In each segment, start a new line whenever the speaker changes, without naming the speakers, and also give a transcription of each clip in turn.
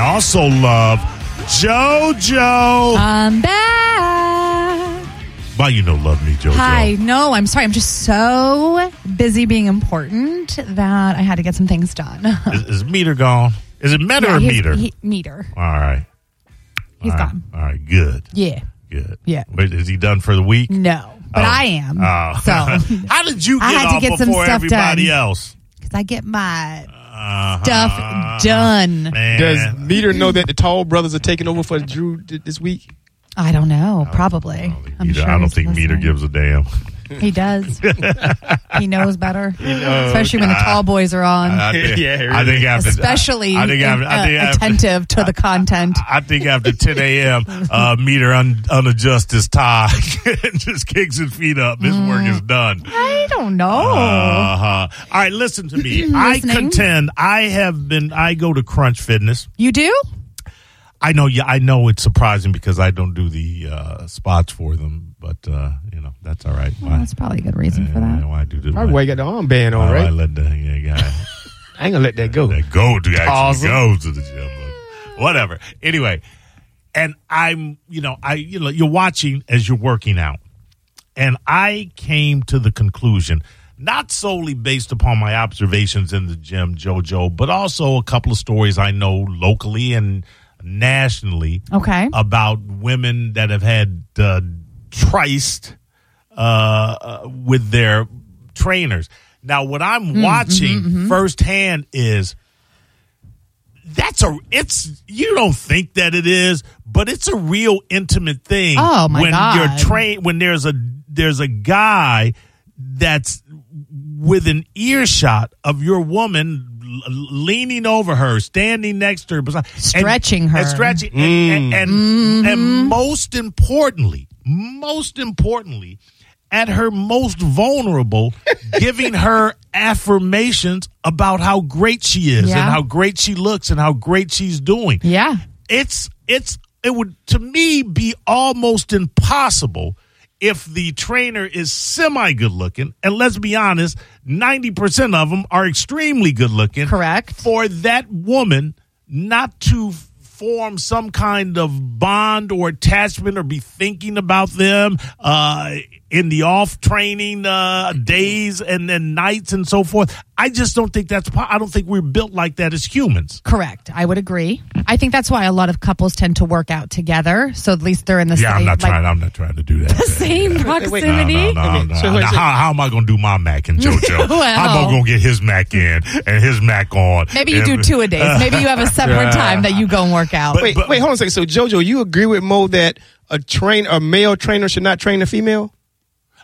also love JoJo.
I'm back.
Why you know love me, JoJo?
Hi. No, I'm sorry. I'm just so busy being important that I had to get some things done.
Is, is meter gone? Is it meter
Yeah,
or
he's-
meter?
he- meter.
All right.
He's
All right.
gone.
All right. Good.
Yeah.
Good.
Yeah.
Wait, is he done for the week?
No, but
Oh.
I am.
Oh.
So,
how did you get
I had to
off
get some
before
stuff
everybody
done.
else?
because I get my
Uh-huh.
stuff done.
Man.
Does Meter know that the Tall Brothers are taking over for Drew th- this week?
I don't know.
Oh,
Probably. I
Meter- I don't think, meter, gives a damn.
He does. he knows better. Especially when the tall boys are on.
I think,
Yeah,
I think after
especially
I think after, I
uh,
think after,
attentive to the content.
I think after 10 a.m., uh, meter un, unadjusts his tie and just kicks his feet up. His work is done.
I don't know.
Uh-huh. All right, listen to me. I
Oh. Listening.
contend I have been. I go to Crunch Fitness.
you do?
I know. Yeah, I know it's surprising because I don't do the uh, spots for them, but uh, you know that's all right. Why-
That's probably a good reason for
why,
that.
why do the-
Probably why you got the armband
why-
on,
why
right?
let the yeah, guy
I ain't gonna let that go.
that go to actually
Awesome.
go to the gym. but Whatever. Anyway, and I'm, you know, I, you know, you're watching as you're working out, and I came to the conclusion, not solely based upon my observations in the gym, JoJo, but also a couple of stories I know locally and nationally
Uh, Okay.
about women that have had uh, triced uh, uh, with their trainers. Now, what I'm
Mm,
watching
mm-hmm,
firsthand is that's a it's you don't think that it is, but it's a real intimate thing.
Oh, my
when
God.
you're trained, when there's a there's a guy that's with an earshot of your woman l- leaning over her, standing next to her, beside- and-
Stretching her.
and stretching, and, and, and, and most importantly, most importantly, at her most vulnerable, giving her affirmations about how great she is
Yeah.
and how great she looks and how great she's doing
yeah.
it's it's it would to me be almost impossible if the trainer is semi good looking and let's be honest 90% of them are extremely good looking
Correct.
for that woman not to f- form some kind of bond or attachment or be thinking about them uh, in the off training uh, days and then nights and so forth i just don't think that's po- i don't think we're built like that as humans
Correct. I would agree. I think that's why a lot of couples tend to work out together. So at least they're in the
Yeah,
same,
I'm not
like,
trying. I'm not trying to do that.
the same
wait.
proximity.
No, no, no,
Okay,
no.
so wait,
Now,
so-
how, how am I going to do my Mac and JoJo? How am
Well.
I going to get his Mac in and his Mac on?
Maybe you do
And-
two a days. Maybe you have a separate time that you go and work out.
Wait,
but-
wait, hold on a second. So, JoJo, you agree with Mo that a train a male trainer should not train a female?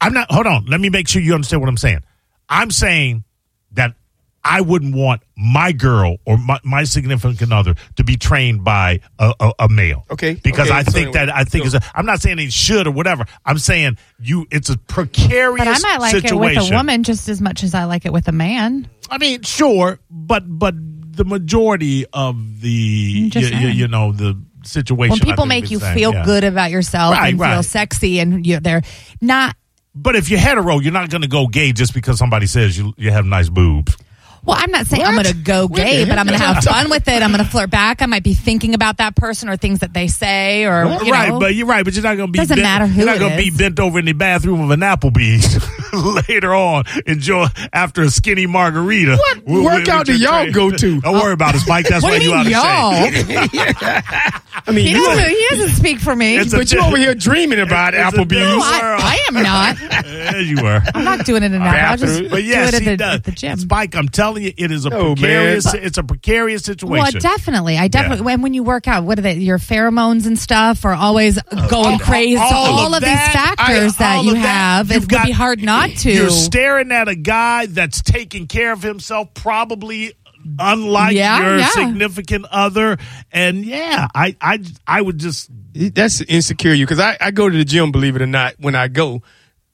I'm not. Hold on. Let me make sure you understand what I'm saying. I'm saying that I wouldn't want my girl or my, my significant other to be trained by a, a, a male.
Okay,
Because
okay,
I
so
think that I think it's. A, I'm not saying it should or whatever. I'm saying you. It's a precarious.
But I might like
situation.
it with a woman just as much as I like it with a man.
I mean, sure, but but the majority of the
I'm
you,
just
you,
saying.
you know the situation.
When
I
people
think
make
it's
you
saying,
feel
yeah.
good about yourself
Right,
and feel
right.
sexy and you they're not
but if you're hetero, you're not going to go gay just because somebody says you you have nice boobs.
Well, I'm not saying I'm going to go gay, but I'm going to have fun with it. I'm going to flirt back. I might be thinking about that person or things that they say or you
right,
know.
but you're right, but you're not going to be
Doesn't
bent,
matter who
you're not
it
gonna be
is.
bent over in the bathroom of an Applebee's later on enjoy after a skinny margarita. What
workout do y'all go to?
Don't worry about it, Mike. That's
what
why
do you
you out
mean,
of shape.
y'all?
I mean,
He
you,
doesn't, he doesn't speak for me.
It's a-
but you over here dreaming about
It's a
Applebee's.
no,
different world.
I, I am not.
Yeah, you were.
I'm not doing it in that. I'll just
But yes,
do it
he
at the,
does.
at the gym.
Spike, I'm telling you, it is a
No,
precarious.
man.
It's a precarious situation.
Well, definitely. I definitely. When, when you work out, what are they? Your pheromones and stuff are always going crazy. so
Oh, all
all,
of
of,
that,
these factors
I- all
that you
of that,
have,
you've
it
got-
would be hard not to.
You're staring at a guy that's taking care of himself, probably unlike
Yeah,
your
yeah.
significant other. And yeah, I, I, I would just
That's insecure you because I, I go to the gym, believe it or not. When I go,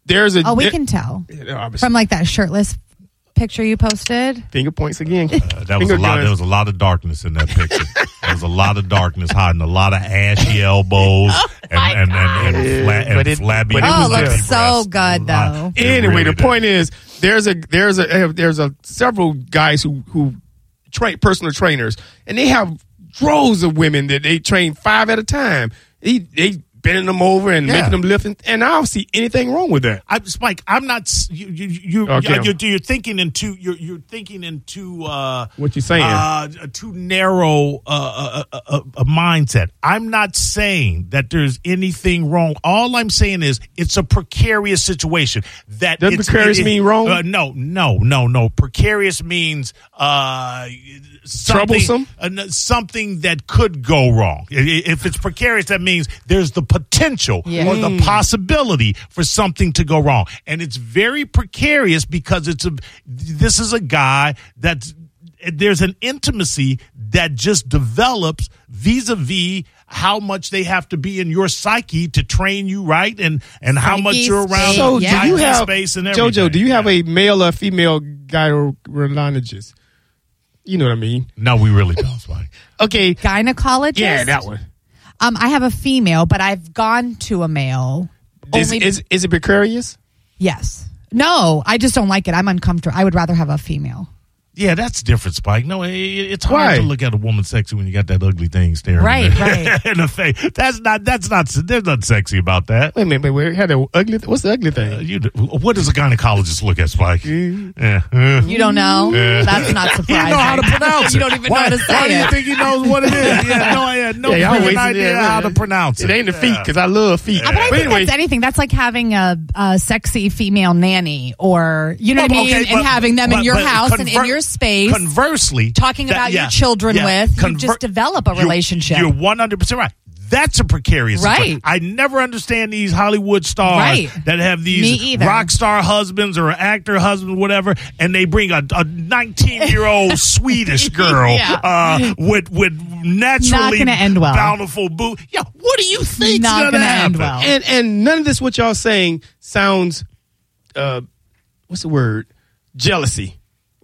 there's a
oh, we
there-
can tell
Yeah, obviously.
from like that shirtless picture you posted.
finger points again.
Uh, that was a lot. There was a lot of darkness in that picture. there was a lot of darkness hiding a lot of ashy elbows and, and, and, and, fla- and
But it-
flabby.
but it
Oh,
was
it looks
breasts.
so good
lot-
though.
it
anyway,
really
the
did.
point is there's a eh, there's a there's a several guys who who train personal trainers and they have droves of women that they train five at a time. He, they bending them over and
Yeah.
making them lift, and, and I don't see anything wrong with that.
I'm Spike. I'm not. s- You, you, you,
Okay.
you're, you're thinking in too. You're, you're thinking in too. Uh,
What you saying?
Uh, a too narrow uh, a, a, a mindset. I'm not saying that there's anything wrong. All I'm saying is it's a precarious situation. That
Does
it's-
precarious
it- it-
mean wrong?
Uh, no, no, no, no. Precarious means uh, something-
Troublesome?
uh, no, something that could go wrong. I- i- If it's precarious, that means there's the potential
Yeah.
or
Mm.
the possibility for something to go wrong, and it's very precarious because it's a. This is a guy that's there's an intimacy that just develops vis-a-vis how much they have to be in your psyche to train you right and and how much
Psyche,
you're around
space,
So
yeah.
do you
psyche,
have
space and everything.
JoJo? Do you have a male or female gynecologist? You know what I mean?
no we really don't Spike.
Okay,
Gynecologist.
yeah, that one.
Um, I have a female, but I've gone to a male.
Is,
Only-
is is it precarious?
yes. No, I just don't like it. I'm uncomfortable. I would rather have a female.
Yeah, that's different, Spike. No, it, it's hard
Why?
to look at a woman sexy when you got that ugly thing staring
Right,
in, the,
right.
in the face. That's not. That's not. There's nothing sexy about that.
Wait a minute, but we had an ugly. Th- what's the ugly
Uh,
thing?
you, what does a gynecologist look at, Spike?
Mm-hmm.
Yeah.
You don't know? That's not
He don't
surprising.
Mm. know how to pronounce it.
You don't even
why,
know how to say
why do
it.
you think he knows what it is? He had no, I had no
Yeah, y'all
freaking
wasted-
idea
yeah,
how to
yeah.
pronounce it.
It ain't the feet
Yeah.
because I love feet.
Uh, But I think that's anything. That's like having a, a sexy female nanny, or you know what I
Well,
mean,
okay, but-
and having them in
but-
your
but
house and in
conver-
your space,
Conversely,
talking
that-
about
yeah,
your children
yeah.
with. you
Conver-
just develop a
you-
relationship.
You're one hundred percent right. That's a precarious
Right.
situation. I never understand these Hollywood stars
Right.
that have
Me
these
either.
rock star husbands or actor husbands, whatever, and they bring a a nineteen year old Swedish girl
Yeah.
uh, with with naturally
gonna end well.
bountiful boo. Yeah, what do you think's
Not
gonna,
gonna end
happen?
well.
and and none of this what y'all saying sounds, uh, what's the word? Jealousy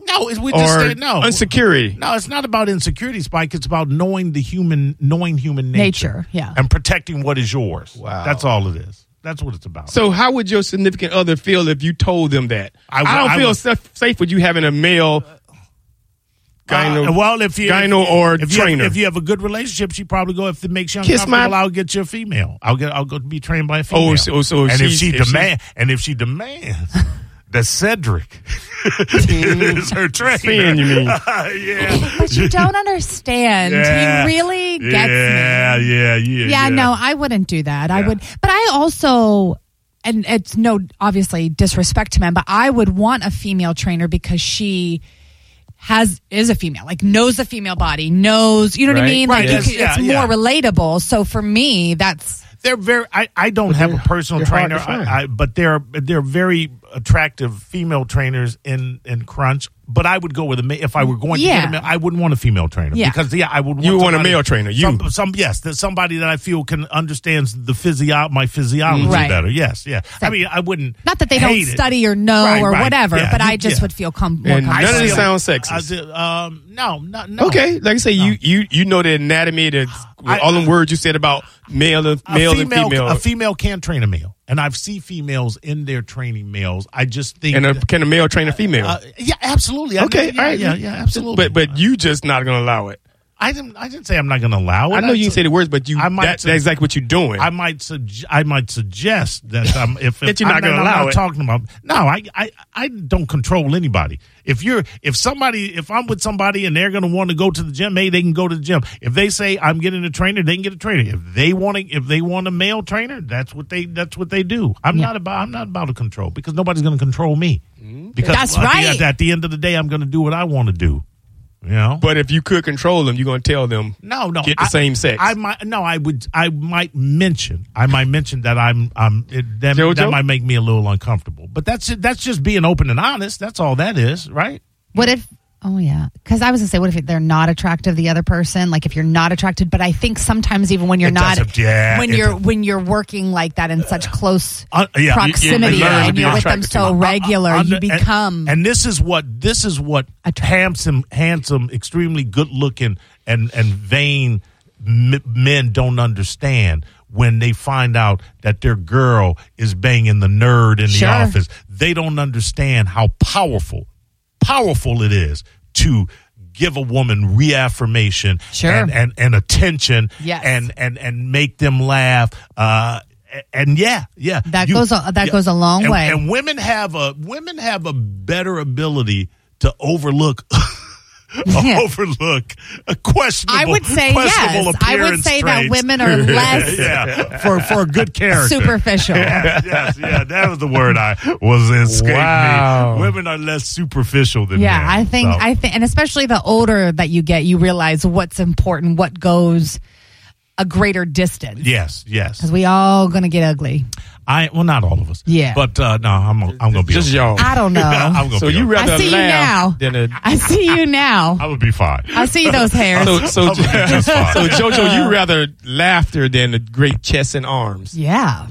No, it- we
or
just say no.
insecurity.
No, it's not about insecurity, Spike. It's about knowing the human, knowing human nature,
Nature, yeah.
and protecting what is yours.
Wow.
that's all it is. That's what it's about.
So how would your significant other feel if you told them that?
I
I
would-
I don't
I
feel
would-
safe, safe with you having a male. Gyno,
Uh, well, if you
gyno
if,
or
if you have-
trainer,
if you have a good relationship, she probably go. If it makes you
Kiss
uncomfortable,
my-
I'll get you a female. I'll get. I'll go be trained by a female.
Oh, so- so if
and if
she's-
she
if she-
demand, and if she demands. That Cedric is her trainer.
Finn, Mm-hmm. you mean.
yeah.
but you don't understand.
Yeah.
He really gets me.
yeah, yeah, yeah,
yeah, no, I wouldn't do that. I
Yeah.
would, but I also, and it's no obviously disrespect to men, but I would want a female trainer because she has is a female, like knows the female body, knows you know what I
Right.
mean.
Right,
Like
yes,
you could,
yeah,
it's
yeah.
more relatable. So for me, that's
they're very. I, I don't have a personal
they're hard
trainer,
to find.
I, I, but they're they're very attractive female trainers in in Crunch. But I would go with a ma- if I were going to
Yeah.
get a male. I wouldn't want a female trainer
Yeah.
because yeah, I would. Want
You want a
somebody-
male trainer, you.
some, some yes, that somebody that I feel can understands the physio my physiology
Mm-hmm. Right.
better. Yes, yeah. I mean, I wouldn't.
not that they
hate
don't
it.
study or know
Right,
or
right.
whatever,
Yeah,
but
you-
I just
yeah.
would feel com- more
And none of
comfortable.
this
feel-
sounds sexist.
I feel- um, no, not no.
Okay, like I say, you you you know the anatomy, the
I-
all them words you said about male and
a
male
female,
and female,
A female can train a male, and I've seen females in there training males. I just think
and a, can a male train a female?
Uh, yeah, absolutely. I
okay,
mean, yeah,
all right,
yeah, yeah, absolutely.
But but you just not gonna allow it.
I didn't. I didn't say I'm not going to allow it.
I know you
I,
can say the words, but you
I might
that,
say-
that's exactly what you're doing.
I might. Sug- I might suggest that um, if, if
That you're not
I'm
gonna
I'm
allow
not
it.
Talking about no, I, I I don't control anybody. If you're if somebody if I'm with somebody and they're going to want to go to the gym, hey, they can go to the gym. If they say I'm getting a trainer, they can get a trainer. If they want to, if they want a male trainer, that's what they that's what they do. I'm
Yeah.
not about I'm not about to control because nobody's going to control me.
Mm.
Because
That's
at the-
right.
at the, end of the day, I'm going to do what I want to do. You know.
but if you could control them, you're gonna tell them.
No, no.
Get the
I-
same sex.
I might no. I would. I might mention. I might mention that I'm. I'm. It, that,
Jojo?
that might make me a little uncomfortable. But that's it. that's just being open and honest. That's all that is, right?
What if? Oh yeah, because I was gonna say, what if they're not attractive, the other person? Like if you're not attracted, but I think sometimes even when you're
It doesn't-
not,
yeah,
when
it
you're
does.
when you're working like that in such close
Uh, yeah, you- you-
proximity
you learn to
and
be
you're with them
attracted to
so regular,
Under-
you become
And, and this is what this is what
Attract-
handsome, handsome, extremely good looking, and and vain m- men don't understand when they find out that their girl is banging the nerd in
Sure.
the office. They don't understand how powerful, powerful it is to give a woman reaffirmation
Sure.
and, and, and attention
Yes.
and, and, and make them laugh. Uh, a- and yeah, yeah,
That goes a- that goes a long
And-
way.
And women have a women have a better ability to overlook overlook a questionable.
I would say
questionable
yes. I would
appearance
say that
traits.
women are less
yeah for for a good character.
superficial.
Yes, yes, yeah, that was the word I was escaping
Wow.
me. Women are less superficial than
Yeah,
men,
I think
so.
I think, and especially the older that you get, you realize what's important, what goes a greater distance.
Yes, yes.
Because we all gonna get ugly.
I well, not all of us.
Yeah.
but uh, no, I'm I'm gonna be
Just
okay.
y'all.
I don't know.
I'm gonna
so
be
you
okay.
rather
I see you now.
laugh than a.
I see you now.
I would be fine.
I see those hairs.
I'm
So, so,
gonna be just fine.
so Jojo, you rather laughter than a great chest and arms.
yeah.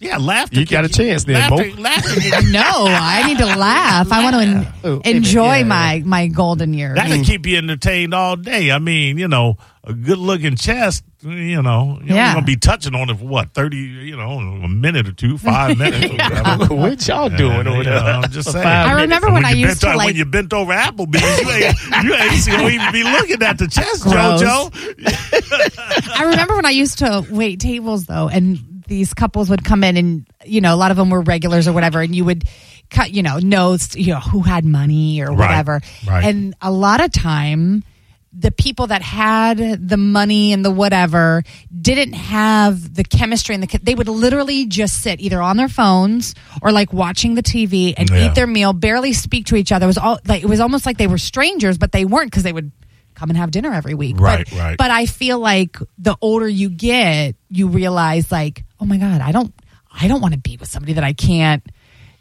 yeah, laughter.
You got a chance then, Bo.
laughter, laughter can-
No, I need to laugh. I want to
Oh, hey,
enjoy
yeah.
my my golden years.
That can keep you entertained all day. I mean, you know, a good looking chest, you know, you're
Yeah.
going to be touching on it for what, 30, you know, a minute or two, five minutes.
I don't know what y'all doing over
You know,
there.
I'm just saying.
I
remember
And
when I
you bent
used to,
o-
like-
when you bent over Applebee's, you ain't, you ain't see- don't even be looking at the chest,
Gross.
JoJo.
I remember when I used to wait tables though, and these couples would come in, and you know, a lot of them were regulars or whatever, and you would cut, you know, notes, you know, who had money or
Right,
whatever,
right.
and a lot of time. The people that had the money and the whatever didn't have the chemistry and the. They would literally just sit either on their phones or like watching the TV and
Yeah.
eat their meal, barely speak to each other. It was all like it was almost like they were strangers, but they weren't because they would come and have dinner every week.
Right,
but,
right.
But but I feel like the older you get, you realize like, oh my god, I don't, I don't want to be with somebody that I can't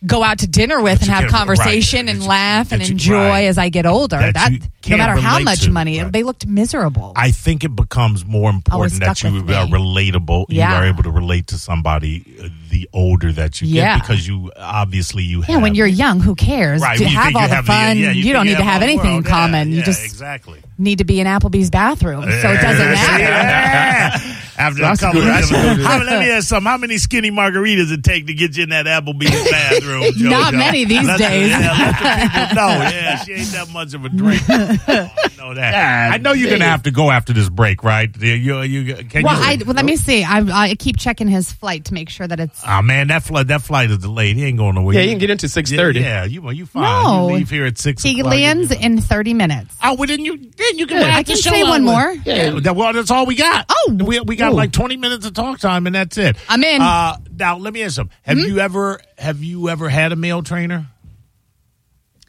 go out to dinner with and
you
have
can't-
conversation
right.
and
That you-
laugh and
that you-
enjoy
right.
as I get older.
That
That,
you
no
can't
matter how
relate
much
to,
money,
right.
they looked miserable.
I think it becomes more important that
stuck
you
with me.
are relatable.
Yeah.
You are able to relate to somebody uh, the older that you
Yeah.
get because you obviously you
yeah, when
have-
you're young, who cares?
Right,
to
you
have
think
all
you
the
have
fun,
yeah,
you,
think
don't need to
all
have
the
anything in
world. Yeah,
common. you
yeah,
just
exactly.
need to be in Applebee's bathroom, so it doesn't matter.
After
That's
a couple,
good. That's good.
How- let me ask some. How many skinny margaritas it take to get you in that Applebee's bathroom? JoJo?
Not many these
Let the-
days.
yeah, let the people know. Yeah, she ain't that much of a drink. I know that. I know you're gonna have to go after this break, right? You, you, you- can
Well,
you?
I, well, let me see. I, I keep checking his flight to make sure that it's
Ah man, that flight that flight is delayed. He ain't going nowhere.
Yeah, you can get into six
Yeah,
thirty.
yeah, you well, you fine.
No.
You leave here at six.
He
o'clock.
lands in 30 minutes.
Oh, well, then you then you can.
Yeah,
wrap
I can
the show
say
up
one
with-
more.
Yeah, that- well, that's all we got.
Oh.
we, we got
Ooh.
like twenty minutes of talk time, and that's it.
I'm in. Hmm?
Uh, now, let me ask you: something. Have you ever have you ever had a male trainer?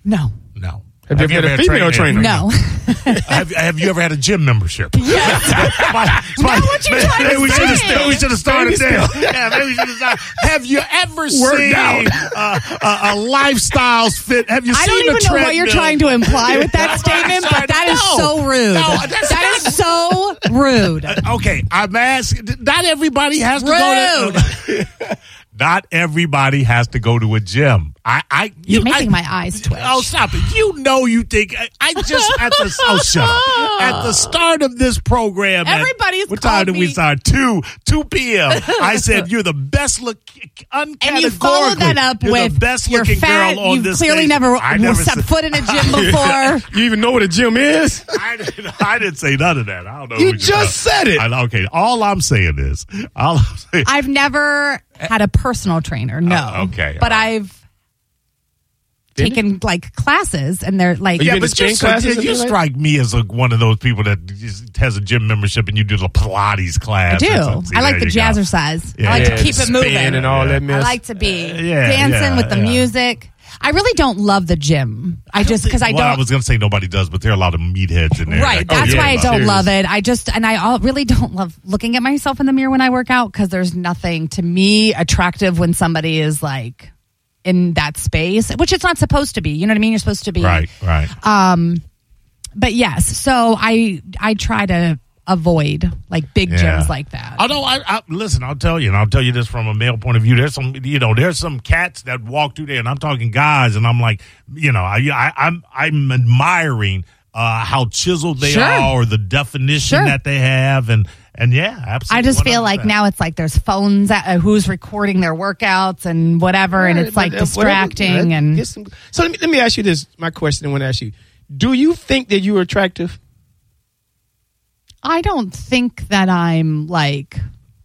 No.
No.
Have you ever had a female trainer?
No.
have, have you ever had a gym membership? Yes.
what you trying to
maybe we
say.
should have we should have started
Maybe
there. Yeah, maybe we should have started. Have you ever seen
out.
uh, a, a lifestyles fit? Have you seen
I don't even
the
know what you're
treadmill?
trying to imply with that
That's what I'm
statement,
trying
but
to-
that is
No.
so
No,
rude.
that's
that is so rude.
okay, I'm asking. Not everybody has to
Rude.
go to. not everybody has to go to a gym. I, I you,
You're making
I-
my eyes twitch.
Oh, stop it! You know you think I, I just at the oh shut up at the start of this program. at-
Everybody's
what time
called
did we
me-
start? Two two p.m. I said you're the best look uncategorically.
and you followed that up
You're
with
the best
you're
looking
fat.
girl on
You've
this.
clearly
station.
never,
I
stepped
said-
foot in a gym before.
You even know what a gym is?
I didn't, I didn't say none of that. I don't know.
You
who
just said it.
I, okay, all I'm saying is, all I'm saying,
I've never had a personal trainer. No.
Oh, okay,
But
all right.
I've taken like classes, and they're like,
You
yeah,
been
but
to
Oh, you,
spin classes
you,
and
you
things like-
strike me as like one of those people that just has a gym membership and you do the Pilates class.
I do.
or something.
I like the
There you go.
jazzercise.
Yeah,
I like
yeah,
to keep it
spin
moving.
and all that
I
mess.
like to be
Uh, yeah,
dancing
yeah,
with the
yeah.
music. I really don't love the gym. I, just because I
Well, I
don't.
was going to say nobody does, but there are a lot of meatheads in there.
Right,
Like,
that's
oh, yeah,
why I
like-
don't
serious.
love it. I just and I all, really don't love looking at myself in the mirror when I work out because there's nothing to me attractive when somebody is like in that space, which it's not supposed to be. You know what I mean? You're supposed to be
Right, right.
Uh, But yes, so I I try to avoid like big
Yeah.
gyms like that.
Although I, I listen, I'll tell you, and I'll tell you this from a male point of view. There's some, you know, there's some cats that walk through there, and I'm talking guys, and I'm like, you know, I, I I'm I'm admiring uh, how chiseled they
Sure.
are or the definition
Sure.
that they have, and and yeah, absolutely.
I just feel
100%.
like now it's like there's phones at, uh, who's recording their workouts and whatever, and it's like
But, uh, whatever,
distracting.
yeah,
and
get some- so let me, let me ask you this. My question I want to ask you: Do you think that you are attractive?
I don't think that I'm like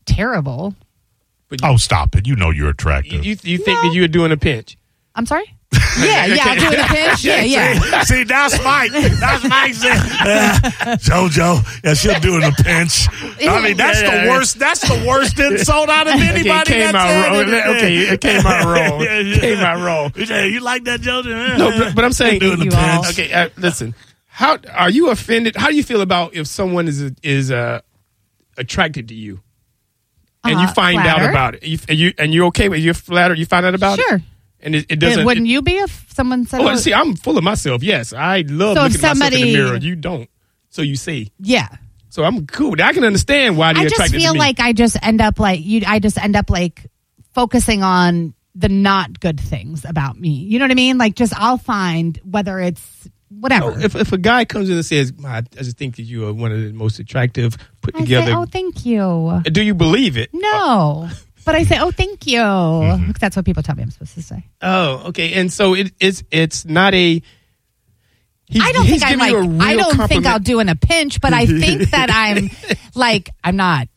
terrible.
But you,
Oh, stop it! You know you're
you,
attractive.
you, you think that you're doing a pinch?
I'm sorry. Yeah, yeah, I'm doing a pinch. Yeah, yeah.
See, that's Mike. That's Mike. saying, "Uh, JoJo, yeah, she'll do it in a pinch. I mean, that's
Yeah, yeah,
the
yeah.
worst. That's the worst insult out of anybody.
Okay, it came
that's
out
had
wrong.
it.
Okay, it came out wrong. It came out wrong.
You say, you like that, JoJo?
No, but, but I'm saying
She'll do it in a
You all.
pinch.
Okay, uh, listen. How are you offended? How do you feel about if someone is is uh, attracted to you, and you
Uh,
find out
flattered.
about it? You, and you and you're okay with you're flattered. You find out about it.
Sure.
And it, it
It-
doesn't.
wouldn't
it-
you be if someone said,
oh,
oh,
see, I'm full of myself. Yes, I love
So if
looking at myself in the
somebody-
mirror. You don't. So you see.
yeah?
So I'm cool. I can understand why they're
I just
attracted to
feel
me.
like I just end up like you. I just end up like focusing on the not good things about me. You know what I mean? Like, just I'll find whether it's whatever.
Oh, if if a guy comes in and says, "My, "I just think that you are one of the most attractive put
I
together,"
say, oh, thank you.
do you believe it?
No. But I say, oh, thank you.
Mm-hmm.
Because that's what people tell me I'm supposed to say.
Oh, okay. And so it, it's it's not a. He's,
I don't think
he's
I'm
giving
like,
you a real
I don't think
compliment.
I'll do in a pinch, but I think that I'm like, I'm not.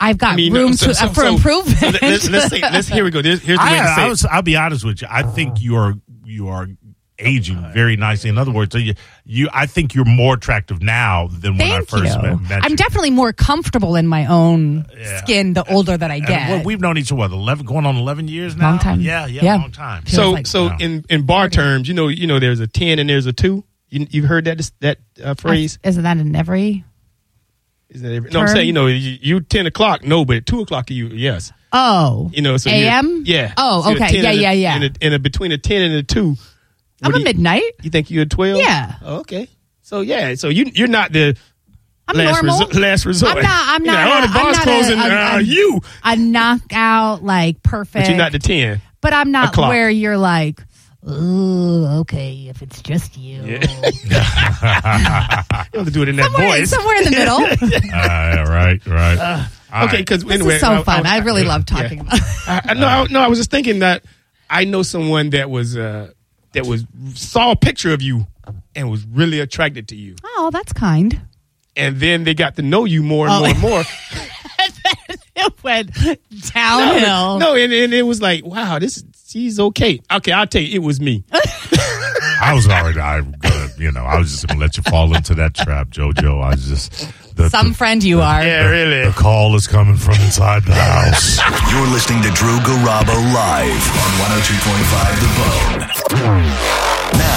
I've got
I mean,
room
so-
to,
so-
uh, for
so-
improvement.
so let- let's, let's say, let's, here we go. Here's, here's the way to
I,
say
I
it.
was, I'll be honest with you. I think you are you are aging very nicely. In other words, you, you I think you're more attractive now than when I
Thank you.
first met, met
I'm
you.
definitely more comfortable in my
Uh,
own
Yeah.
skin the older that I
And
get.
we- we've known each other eleven, going on eleven years now.
Long time.
Yeah, yeah,
Yeah.
long time.
Feels
So
like-
so
Wow.
in, in bar terms, you know you know there's a ten and there's a two. You, you've heard that that uh,
I,
phrase.
isn't that in every?
Isn't that every, no, I'm
Term?
saying you know you, you ten o'clock. No, but at two o'clock to you, yes.
Oh.
You know, so you're-
AM?
Yeah. So
Oh,
you're a
okay.
10
Yeah,
and a-
yeah, yeah.
And, a, and a, between a ten and a two.
I'm a
what do you-
midnight.
You think you're a twelve?
Yeah.
Oh, okay. So yeah. So you you're not the
I'm
last
normal.
resort. Last resort.
I'm not. I'm
You're
not.
oh,
a-
the
I'm
bar's
not a-
closing.
a-
uh,
a-
you.
a knockout like perfect.
But you're not the ten.
But I'm not
clock.
where you're like, ooh, okay, if it's just you.
You don't have to do it in that
Somewhere,
voice.
somewhere in the middle. this
Uh, yeah, right, right. All
Uh, okay,
right.
because anyway,
is so fun. I, really love talking about it.
I, I, no, I, no, I was just thinking that I know someone that was uh, that was saw a picture of you and was really attracted to you,
Oh, that's kind.
and then they got to know you more and
Oh.
more and more.
it went
No,
downhill.
no, and, and it was like, wow, this she's okay. Okay, I'll tell you, it was me.
I was already, I, gonna, you know, I was just going to let you fall into that trap, JoJo. I was just the,
Some friend you are.
yeah,
the,
really.
the call is coming from inside the house.
You're listening oh to Drew Garabo live on 102.5 The Bone. Now,